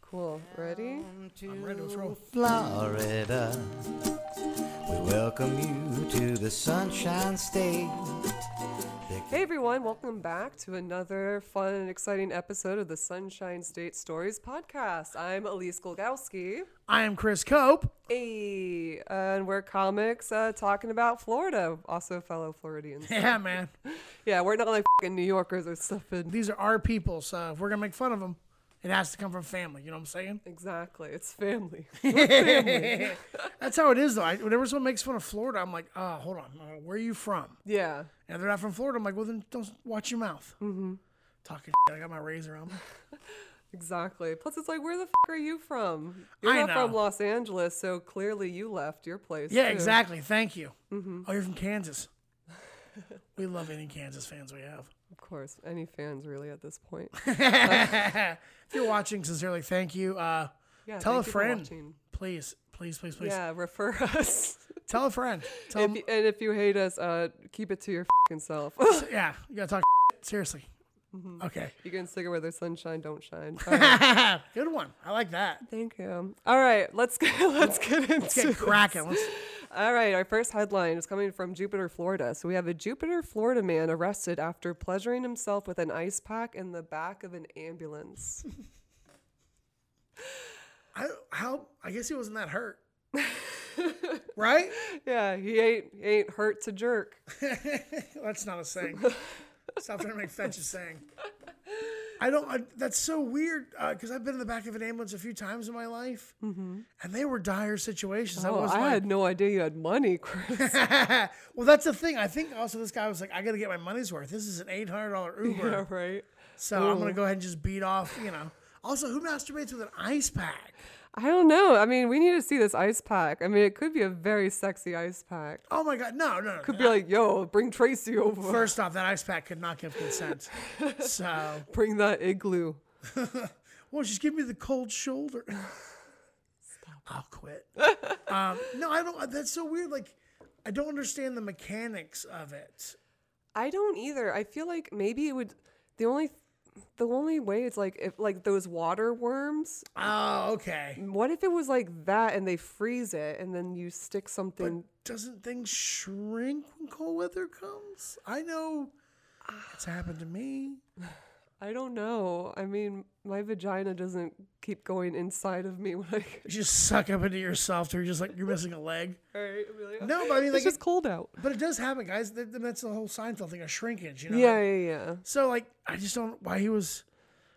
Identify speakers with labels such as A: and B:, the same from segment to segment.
A: Cool. Ready?
B: I'm ready. Let's roll.
C: Florida. We welcome you to the Sunshine State.
A: Hey everyone, welcome back to another fun and exciting episode of the Sunshine State Stories podcast. I'm Elise Golgowski.
B: I am Chris Cope.
A: Hey, and we're comics uh, talking about Florida, also fellow Floridians.
B: Yeah, man.
A: yeah, we're not like fucking New Yorkers or something.
B: These are our people, so if we're gonna make fun of them, it has to come from family. You know what I'm saying?
A: Exactly. It's family.
B: That's how it is, though. I, whenever someone makes fun of Florida, I'm like, oh, hold on, uh, where are you from?
A: Yeah.
B: And if they're not from Florida, I'm like, well, then don't watch your mouth. Mm-hmm. Talking, shit, I got my razor on. me.
A: Exactly. Plus, it's like, where the fuck are you from? You're
B: I
A: not from
B: know.
A: Los Angeles, so clearly you left your place.
B: Yeah,
A: too.
B: exactly. Thank you. Oh, you're from Kansas. we love any Kansas fans we have.
A: Of course, any fans really at this point.
B: If you're watching, sincerely, thank you. Uh,
A: Yeah,
B: tell a
A: thank you for
B: friend,
A: watching.
B: please, please, please, please.
A: Yeah, refer us.
B: Tell a friend. Tell
A: If
B: 'em-
A: you, and if you hate us, uh, keep it to your fucking self.
B: yeah, you gotta talk seriously. Okay,
A: you can stick it where there's sunshine, don't shine. All right,
B: good one. I like that.
A: Thank you. All right, let's get let's get into
B: Get cracking. Let's,
A: All right, our first headline is coming from Jupiter, Florida. So we have a Jupiter, Florida man arrested after pleasuring himself with an ice pack in the back of an ambulance.
B: I, how? I guess he wasn't that hurt, right?
A: yeah, he ain't he ain't hurt to jerk.
B: That's not a saying. Stop trying to make fetch a saying. I don't. I, that's so weird because I've been in the back of an ambulance a few times in my life, and they were dire situations.
A: Oh,
B: Mm-hmm. I was
A: I
B: like,
A: had no idea you had money, Chris.
B: well, that's the thing. I think also this guy was like, I got to get my money's worth. This is an eight hundred dollar Uber,
A: yeah, right.
B: so I'm gonna go ahead and just beat off. You know. Also, who masturbates with an ice pack?
A: I don't know. I mean, we need to see this ice pack. I mean, it could be a very sexy ice pack.
B: Oh my god, no, no, no.
A: Could be like, yo, bring Tracy over.
B: First off, that ice pack could not give consent. so,
A: Bring that igloo.
B: well, she's giving me the cold shoulder. I'll quit. um, no, I don't. That's so weird. Like, I don't understand the mechanics of it.
A: I don't either. I feel like maybe it would. The only, the only way it's like if like those water worms.
B: Oh, okay.
A: What if it was like that and they freeze it and then you stick something?
B: Doesn't things shrink when cold weather comes? I know it's happened to me.
A: I don't know. I mean, my vagina doesn't keep going inside of me when I.
B: You just suck up into yourself, to you're just like you're missing a leg.
A: Alright, I'm like,
B: No, but I mean,
A: it's
B: like,
A: just
B: it-
A: cold out.
B: but it does happen, guys. Th- th- That's the whole Seinfeld thing, a shrinkage. You know,
A: Yeah, yeah, yeah.
B: So like, I just don't why he was.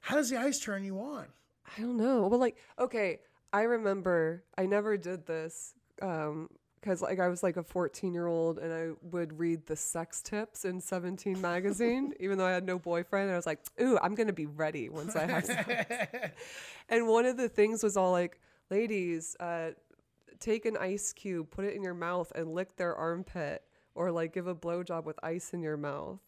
B: How does the ice turn you on?
A: I don't know. Well, like, okay, I remember I never did this because, like, I was like a 14 year old and I would read the sex tips in 17 magazine, even though I had no boyfriend. I was like, ooh, I'm going to be ready once I have sex. and one of the things was all like, ladies, uh, take an ice cube, put it in your mouth, and lick their armpit, or like give a blowjob with ice in your mouth.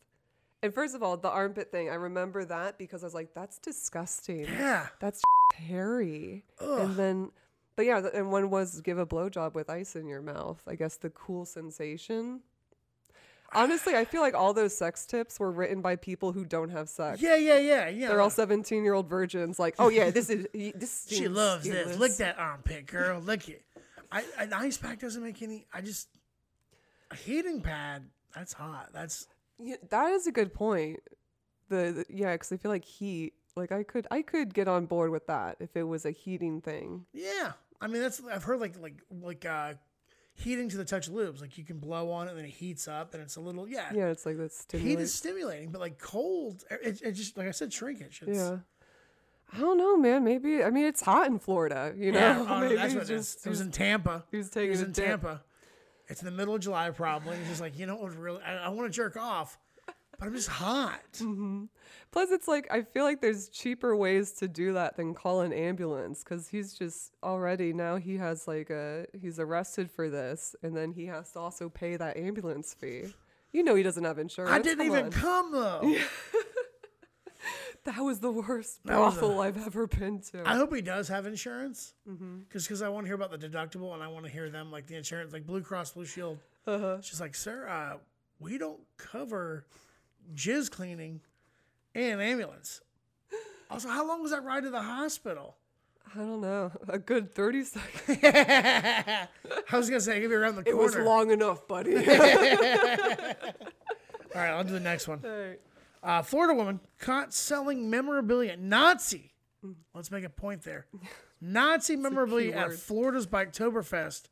A: And first of all, the armpit thing, I remember that because I was like, that's disgusting.
B: Yeah.
A: That's hairy. And then, but yeah, th- and one was give a blowjob with ice in your mouth. I guess the cool sensation. Honestly, I feel like all those sex tips were written by people who don't have sex.
B: Yeah, yeah, yeah, yeah.
A: They're all 17 year old virgins, like, oh yeah, this is y- this.
B: she
A: stinks,
B: loves
A: do
B: this. Lick that armpit, girl. Lick it. I, an ice pack doesn't make any. I just a heating pad. That's hot. That's
A: Yeah, that is a good point. The, the yeah, because I feel like heat. Like I could, I could get on board with that if it was a heating thing.
B: yeah. I mean, that's I've heard like like like uh heating to the touch lubes. Like you can blow on it and then it heats up and it's a little yeah.
A: Yeah, it's like that's
B: Heat is stimulating, but like cold, it, it just like I said, shrinkage. It's,
A: Yeah. I don't know, man. Maybe I mean it's hot in Florida, you know.
B: Yeah, oh, no,
A: Maybe
B: that's
A: he
B: what it is.
A: just-
B: It was in Tampa.
A: he was taking
B: it was
A: a
B: in
A: dip.
B: Tampa. It's in the middle of July, probably. He's just like, you know what? would Really, I, I want to jerk off, but I'm just hot.
A: Mm, Plus, it's like I feel like there's cheaper ways to do that than call an ambulance because he's just already now he has like a he's arrested for this, and then he has to also pay that ambulance fee. You know he doesn't have insurance.
B: I
A: Come
B: didn't even
A: on.
B: come though.
A: That was the worst
B: was a-
A: brothel i I've ever been to.
B: I hope he does have insurance, because
A: Mm-hmm.
B: I want to hear about the deductible and I want to hear them like the insurance, like Blue Cross Blue Shield.
A: Uh-huh.
B: uh She's like, sir, uh, we don't cover jizz cleaning and ambulance. Also, how long was that ride to the hospital?
A: I don't know. A good 30 seconds.
B: I was gonna say, I could be around the
A: It was
B: corner.
A: long enough, buddy.
B: All right, I'll do the next one.
A: Alright.
B: Uh, Florida woman caught selling memorabilia. Nazi. Let's make a point there. Nazi memorabilia at
A: word.
B: Florida's Biketoberfest.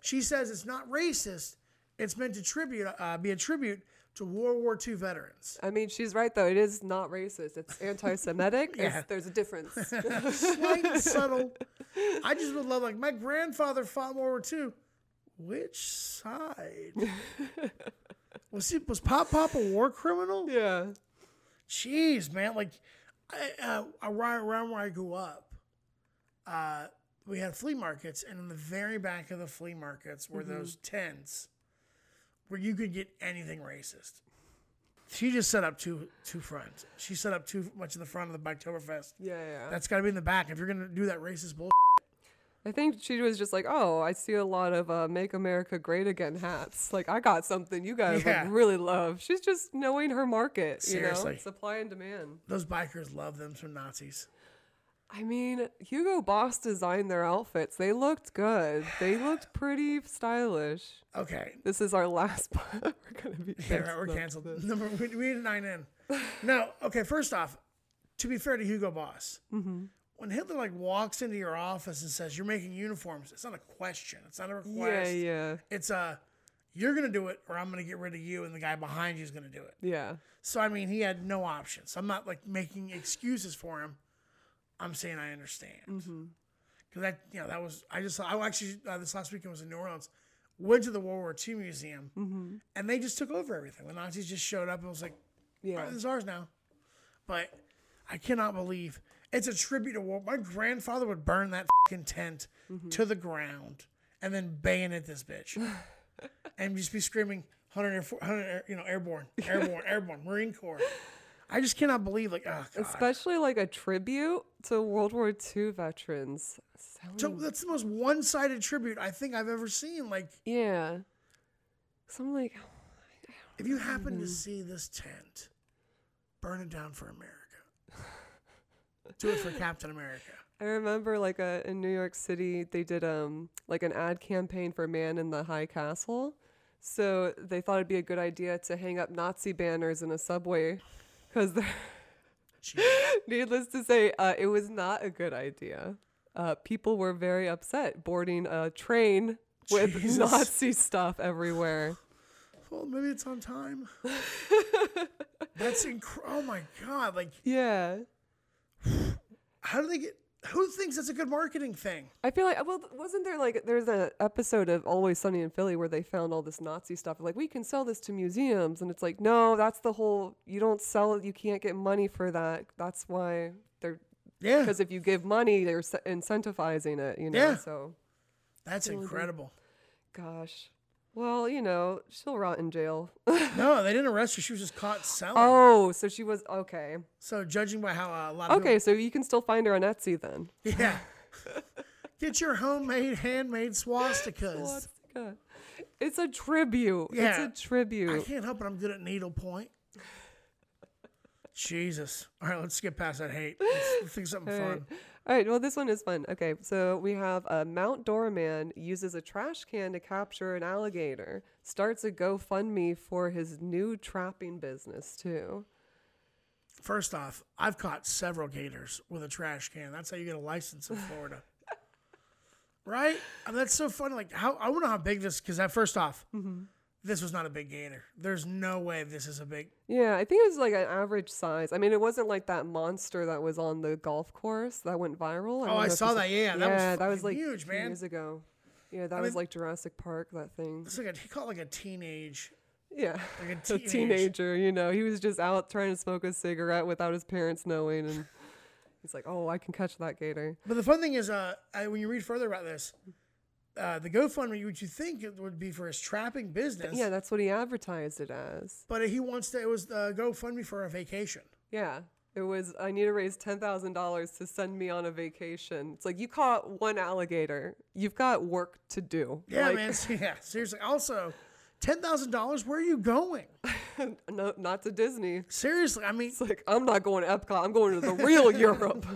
B: She says it's not racist. It's meant to tribute, uh, be a tribute to World War II veterans.
A: I mean, she's right, though. It is not racist. It's anti Semitic.
B: Yeah.
A: There's a difference.
B: Slight, subtle. I just would love, like, my grandfather fought World War II. Which side? was he, was Pop Pop a war criminal?
A: yeah.
B: Jeez, man! Like, I, uh, around, around where I grew up, uh, we had flea markets, and in the very back of the flea markets were those tents where you could get anything racist. She just set up two two fronts. She set up too much in the front of the Biketoberfest.
A: Yeah. yeah.
B: That's got to be in the back if you're gonna do that racist bull.
A: I think she was just like, oh, I see a lot of uh, Make America Great Again hats. Like, I got something you guys
B: Yeah.
A: like, really love. She's just knowing her market, you
B: Seriously.
A: know? Supply and demand.
B: Those bikers love them some Nazis.
A: I mean, Hugo Boss designed their outfits. They looked good. They looked pretty stylish.
B: Okay,
A: This is our last part. We're going to be
B: Yeah, right, we're
A: canceled.
B: canceled. Number we, we need a nine in. No, okay. First off, to be fair to Hugo Boss,
A: Mm-hmm.
B: when Hitler like walks into your office and says you're making uniforms, it's not a question. It's not a
A: Yeah,
B: request.
A: yeah,
B: It's a you're gonna do it, or I'm gonna get rid of you, and the guy behind you is gonna do it.
A: yeah.
B: So I mean, he had no options. I'm not like making excuses for him. I'm saying I understand because that you know that was I just I actually uh, this last weekend was in New Orleans, went to the World War II museum, and they just took over everything. The Nazis just showed up and was like,
A: Yeah.
B: "All right, this is ours now." But I cannot believe it's a tribute to war. My grandfather would burn that fing tent to the ground and then bayonet this bitch and just be screaming 100, air, 100 air, you know, airborne, airborne, airborne, Marine Corps. I just cannot believe, like, oh, God.
A: Especially like a tribute to World War II veterans. Sound-
B: So that's the most one-sided tribute I think I've ever seen. Like,
A: yeah. So I'm like,
B: if you happen to
A: Mm-hmm.
B: see this tent, burn it down for America. Do it for Captain America.
A: I remember like a, in New York City they did um like an ad campaign for Man in the High Castle. So they thought it'd be a good idea to hang up Nazi banners in a subway cuz
B: Jeez.
A: needless to say uh, it was not a good idea. Uh, people were very upset boarding a train with
B: Jesus.
A: Nazi stuff everywhere.
B: Well, maybe it's on time. That's incredible. Oh my God! Like,
A: Yeah.
B: how do they get? Who thinks that's a good marketing thing?
A: I feel like well, wasn't there like there's an episode of Always Sunny in Philly where they found all this Nazi stuff. Like we can sell this to museums, and it's like no, that's the whole. You don't sell it. You can't get money for that. That's why they're
B: Yeah,
A: because if you give money, they're s- incentivizing it. You know.
B: Yeah.
A: So,
B: that's incredible.
A: gosh. Well, you know, she'll rot in jail.
B: No, they didn't arrest her. She was just caught selling.
A: oh, so she was okay.
B: So judging by how uh, a lot of
A: Okay, so you can still find her on Etsy then.
B: people, yeah, get your homemade, handmade swastikas.
A: Swastika. It's a tribute.
B: Yeah.
A: It's a tribute.
B: I can't help it; I'm good at needlepoint. Jesus! All right, let's skip past that hate. Let's, let's think of something fun.
A: All right, well, this one is fun. Okay, so we have a Mount Doorman uses a trash can to capture an alligator, starts a GoFundMe for his new trapping business, too.
B: First off, I've caught several gators with a trash can. That's how you get a license in Florida. right? I mean, that's so funny. Like, how I wonder how big this because that first off,
A: Mm-hmm.
B: this was not a big gator. There's no way this is a big.
A: Yeah, I think it was like an average size. I mean, it wasn't like that monster that was on the golf course that went viral.
B: Oh,
A: don't
B: I
A: know if
B: saw
A: you
B: that. Yeah, that was
A: that was
B: fucking
A: like
B: huge,
A: two
B: man.
A: years ago. Yeah, that was
B: mean-
A: like Jurassic Park, that thing.
B: It's like a, he called it like a teenage.
A: Yeah.
B: Like a
A: a
B: teenage-
A: teenager, you know, he was just out trying to smoke a cigarette without his parents knowing. And he's like, oh, I can catch that gator.
B: But the fun thing is, uh, I, when you read further about this, uh, the GoFundMe, which you think it would be for his trapping business,
A: Yeah, that's what he advertised it as.
B: but he wants to. It was the GoFundMe for a vacation.
A: Yeah. It was, I need to raise $10,000 to send me on a vacation. It's like, you caught one alligator. You've got work to do.
B: Yeah,
A: like,
B: man. Yeah, seriously. Also, ten thousand dollars. Where are you going?
A: No, not to Disney.
B: Seriously, I mean,
A: It's like, I'm not going to Epcot. I'm going to the real Europe.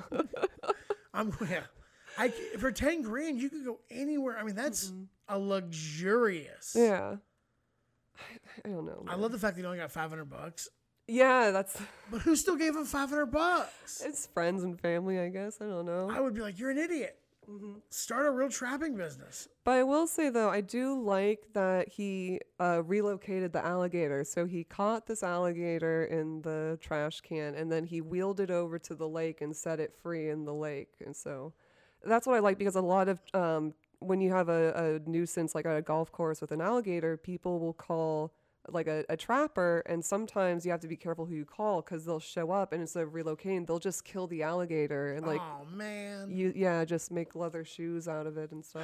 B: I'm yeah. I c- for ten grand you could go anywhere. I mean, that's a luxurious.
A: Mm-hmm. Yeah. I, I don't know.
B: I
A: man.
B: love the fact that you only got five hundred bucks,
A: yeah, that's
B: but who still gave him five hundred bucks?
A: it's friends and family, I guess. I don't know.
B: I would be like, you're an idiot.
A: Mm-hmm.
B: Start a real trapping business.
A: But I will say though, I do like that he uh, relocated the alligator. So he caught this alligator in the trash can, and then he wheeled it over to the lake and set it free in the lake. And so that's what I like because a lot of um, when you have a, a nuisance like at a golf course with an alligator, people will call like a, a trapper, and sometimes you have to be careful who you call because they'll show up, and instead of relocating, they'll just kill the alligator and like
B: oh man,
A: you yeah just make leather shoes out of it and stuff.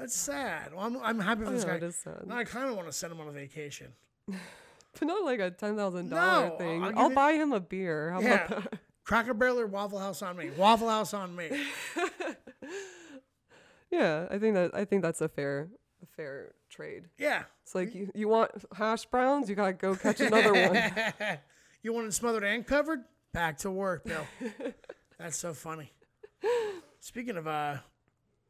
B: that's sad. Well, I'm, I'm happy for this
A: know,
B: guy.
A: it is sad.
B: Now I kind of want to send him on a vacation.
A: But not like a ten thousand dollar
B: No,
A: thing.
B: I'll
A: I'll,
B: give it-
A: buy him a beer. How
B: Yeah,
A: about that?
B: Cracker Barrel or Waffle House on me. Waffle House on me.
A: Yeah, I think that I think that's a fair a fair trade.
B: Yeah.
A: It's like
B: Mm.
A: you, you want hash browns, you gotta go catch another one.
B: you want it smothered and covered? Back to work, Bill. That's so funny. Speaking of uh,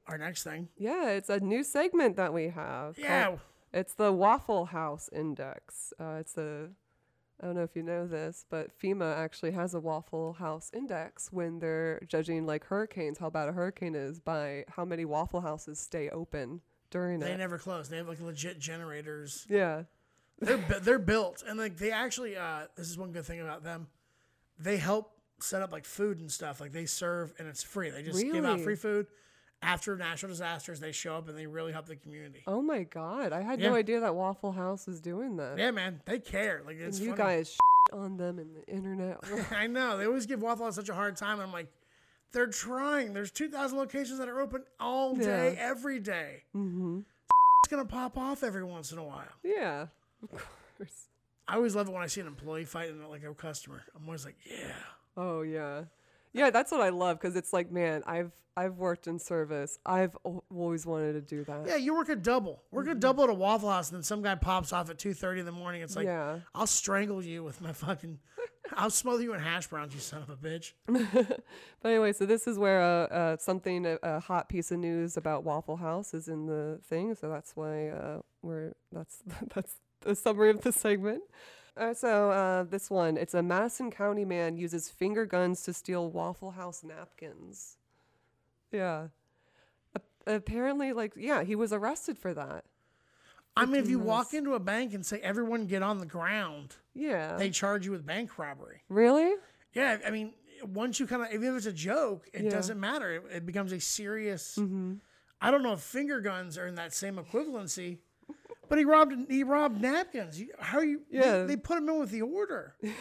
B: our next thing,
A: Yeah, it's a new segment that we have. called-
B: yeah,
A: It's the Waffle House Index. Uh, it's a I don't know if you know this, but FEMA actually has a Waffle House Index when they're judging like hurricanes, how bad a hurricane is by how many Waffle Houses stay open during
B: they
A: it.
B: never close. They have like legit generators.
A: yeah.
B: They're bu- they're built, and like they actually. Uh, this is one good thing about them. They help set up like food and stuff. Like they serve, and it's free. They just give out
A: Really?
B: free food. After natural disasters, they show up and they really help the community.
A: Oh my god, I had no
B: Yeah.
A: idea that Waffle House was doing that.
B: Yeah, man, they care. Like
A: and
B: it's
A: you
B: funny.
A: guys shit on them in the internet.
B: I know. They always give Waffle House such a hard time. I'm like, they're trying. There's 2,000 locations that are open all day,
A: Yeah.
B: every day.
A: mm-hmm.
B: It's going to pop off every once in a while.
A: Yeah, of course.
B: I always love it when I see an employee fighting like a customer. I'm always like, yeah.
A: Oh yeah, yeah. That's what I love because it's like, man, I've I've worked in service. I've al- always wanted to do that.
B: Yeah, you work a double. Work a
A: Mm-hmm.
B: double at a Waffle House, and then some guy pops off at 2.30 in the morning. It's like,
A: Yeah.
B: I'll strangle you with my fucking... I'll smother you in hash browns, you son of a bitch.
A: But anyway, so this is where uh, uh, something a, a hot piece of news about Waffle House is in the thing, so that's why uh, we're that's that's the summary of the segment. Uh, so uh, this one, it's a Madison County man uses finger guns to steal Waffle House napkins. Yeah, A- apparently, like yeah, he was arrested for that.
B: I mean, if you walk into a bank and say, everyone get on the ground,
A: Yeah,
B: they charge you with bank robbery.
A: really?
B: Yeah, I mean, once you kind of, even if it's a joke, it
A: Yeah. Mm-hmm.
B: doesn't matter. It, it becomes a serious. I don't know if finger guns are in that same equivalency, but he robbed he robbed napkins. You- How are you? they-
A: Yeah.
B: they, put him in with the order.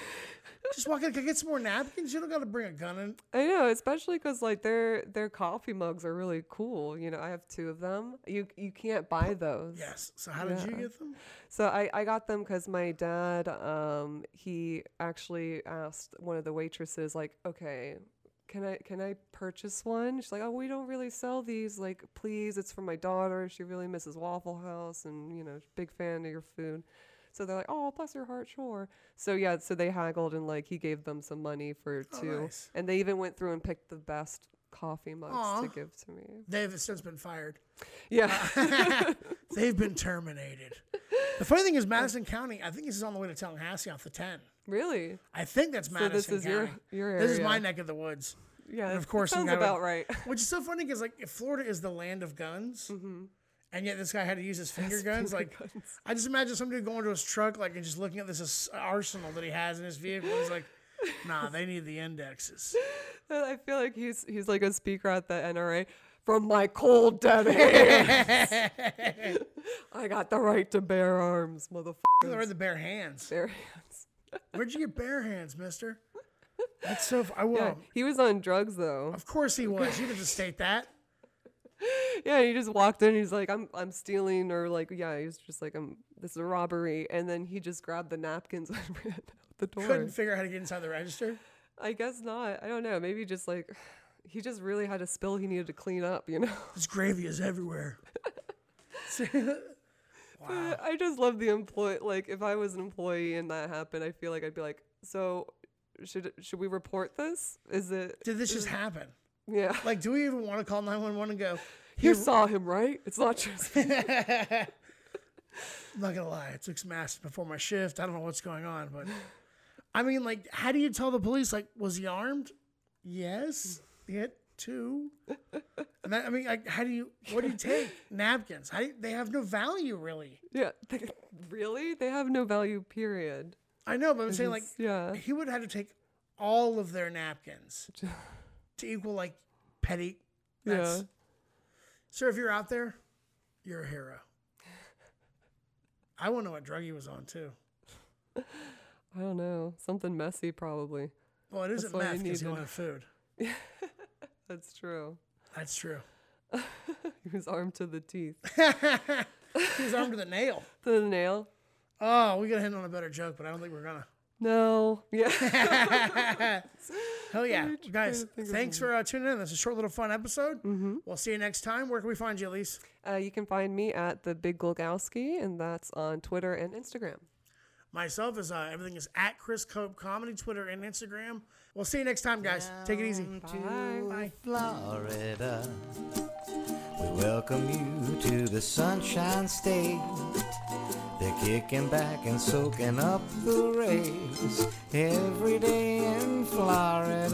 B: Just walk in, can I get some more napkins? You don't got to bring a gun in.
A: I know, Uh, especially because like their their coffee mugs are really cool. You know, I have two of them. You you can't buy those.
B: Yes. So how did you get them?
A: So I, I got them because my dad, um, he actually asked one of the waitresses, like, okay, can I can I purchase one? She's like, oh, we don't really sell these. Like, please, it's for my daughter. She really misses Waffle House, and you know, big fan of your food. So they're like, oh, bless your heart, sure. So yeah, so they haggled and like he gave them some money for two,
B: Oh, nice.
A: and they even went through and picked the best coffee mugs to
B: Aw.
A: give to me.
B: They've since been fired.
A: Yeah.
B: They've been terminated. The funny thing is, Madison County. I think this is on the way to Tallahassee off the ten.
A: really?
B: I think that's
A: this
B: Madison
A: is your-
B: County.
A: your
B: This is
A: area.
B: my neck of the woods.
A: Yeah.
B: And of
A: that
B: course, some
A: sounds
B: guy would-
A: about right.
B: Which is so funny because like if Florida is the land of guns, and yet this guy had to use his Mm-hmm. finger guns. like I just imagine somebody going to his truck like and just looking at this as- arsenal that he has in his vehicle. He's like, Nah, they need the indexes.
A: And I feel like he's he's like a speaker at the NRA. From my cold dead hands, I got the right to bear arms, motherfucker.
B: They're the bare hands.
A: Bear hands.
B: Where'd you get bare hands, Mister? That's so. F- I will.
A: Yeah, he was on drugs though.
B: Of course he was. You can just state that.
A: Yeah, he just walked in. He's like, "I'm I'm stealing," or like, yeah, he was just like, "I'm this is a robbery," and then he just grabbed the napkins and ran out the door.
B: Couldn't figure out how to get inside the register.
A: I guess not. I don't know. Maybe just like he just really had a spill he needed to clean up. You know.
B: This gravy is everywhere. wow.
A: Uh, I just love the employee. Like, if I was an employee and that happened, I feel like I'd be like, so should should we report this? Is it?
B: Did this just happen?
A: Yeah.
B: Like, do we even want to call 911 and go,
A: You saw him, right? It's not just.
B: I'm not gonna lie, I took some acid before my shift. I don't know what's going on, but I mean, like, how do you tell the police? Like, was he armed? Yes, he had two. And that, I mean, like, how do you? What do you take? Napkins? How do you- they have no value, really.
A: Yeah. They- really? They have no value, period.
B: I know, but I'm saying like,
A: yeah.
B: he would have had to take all of their napkins to equal like petty. That's,
A: Yeah.
B: Sir, if you're out there, you're a hero. I want to know what drug he was on too.
A: I don't know. Something messy, probably.
B: Well, it isn't
A: all you
B: meth because he
A: needed.
B: wanted food.
A: That's true.
B: That's true.
A: He was armed to the teeth.
B: He was armed with a nail.
A: to the nail?
B: Oh, we gotta end on a better joke, but I don't think we're gonna.
A: No. Yeah.
B: Hell yeah,
A: trying
B: guys!
A: to think of
B: Thanks for uh, tuning in. That's a short little fun episode. We'll see you next time. Where can we find you, Elise?
A: uh, you can find me at the Big Glogowski, and that's on Twitter and Instagram.
B: Myself is uh, everything is at Chris Cope Comedy, Twitter and Instagram. We'll see you next time, guys. Take it easy.
A: Bye.
B: Bye.
C: Florida. We welcome you to the Sunshine State. They're kicking back and soaking up the rays every day in Florida.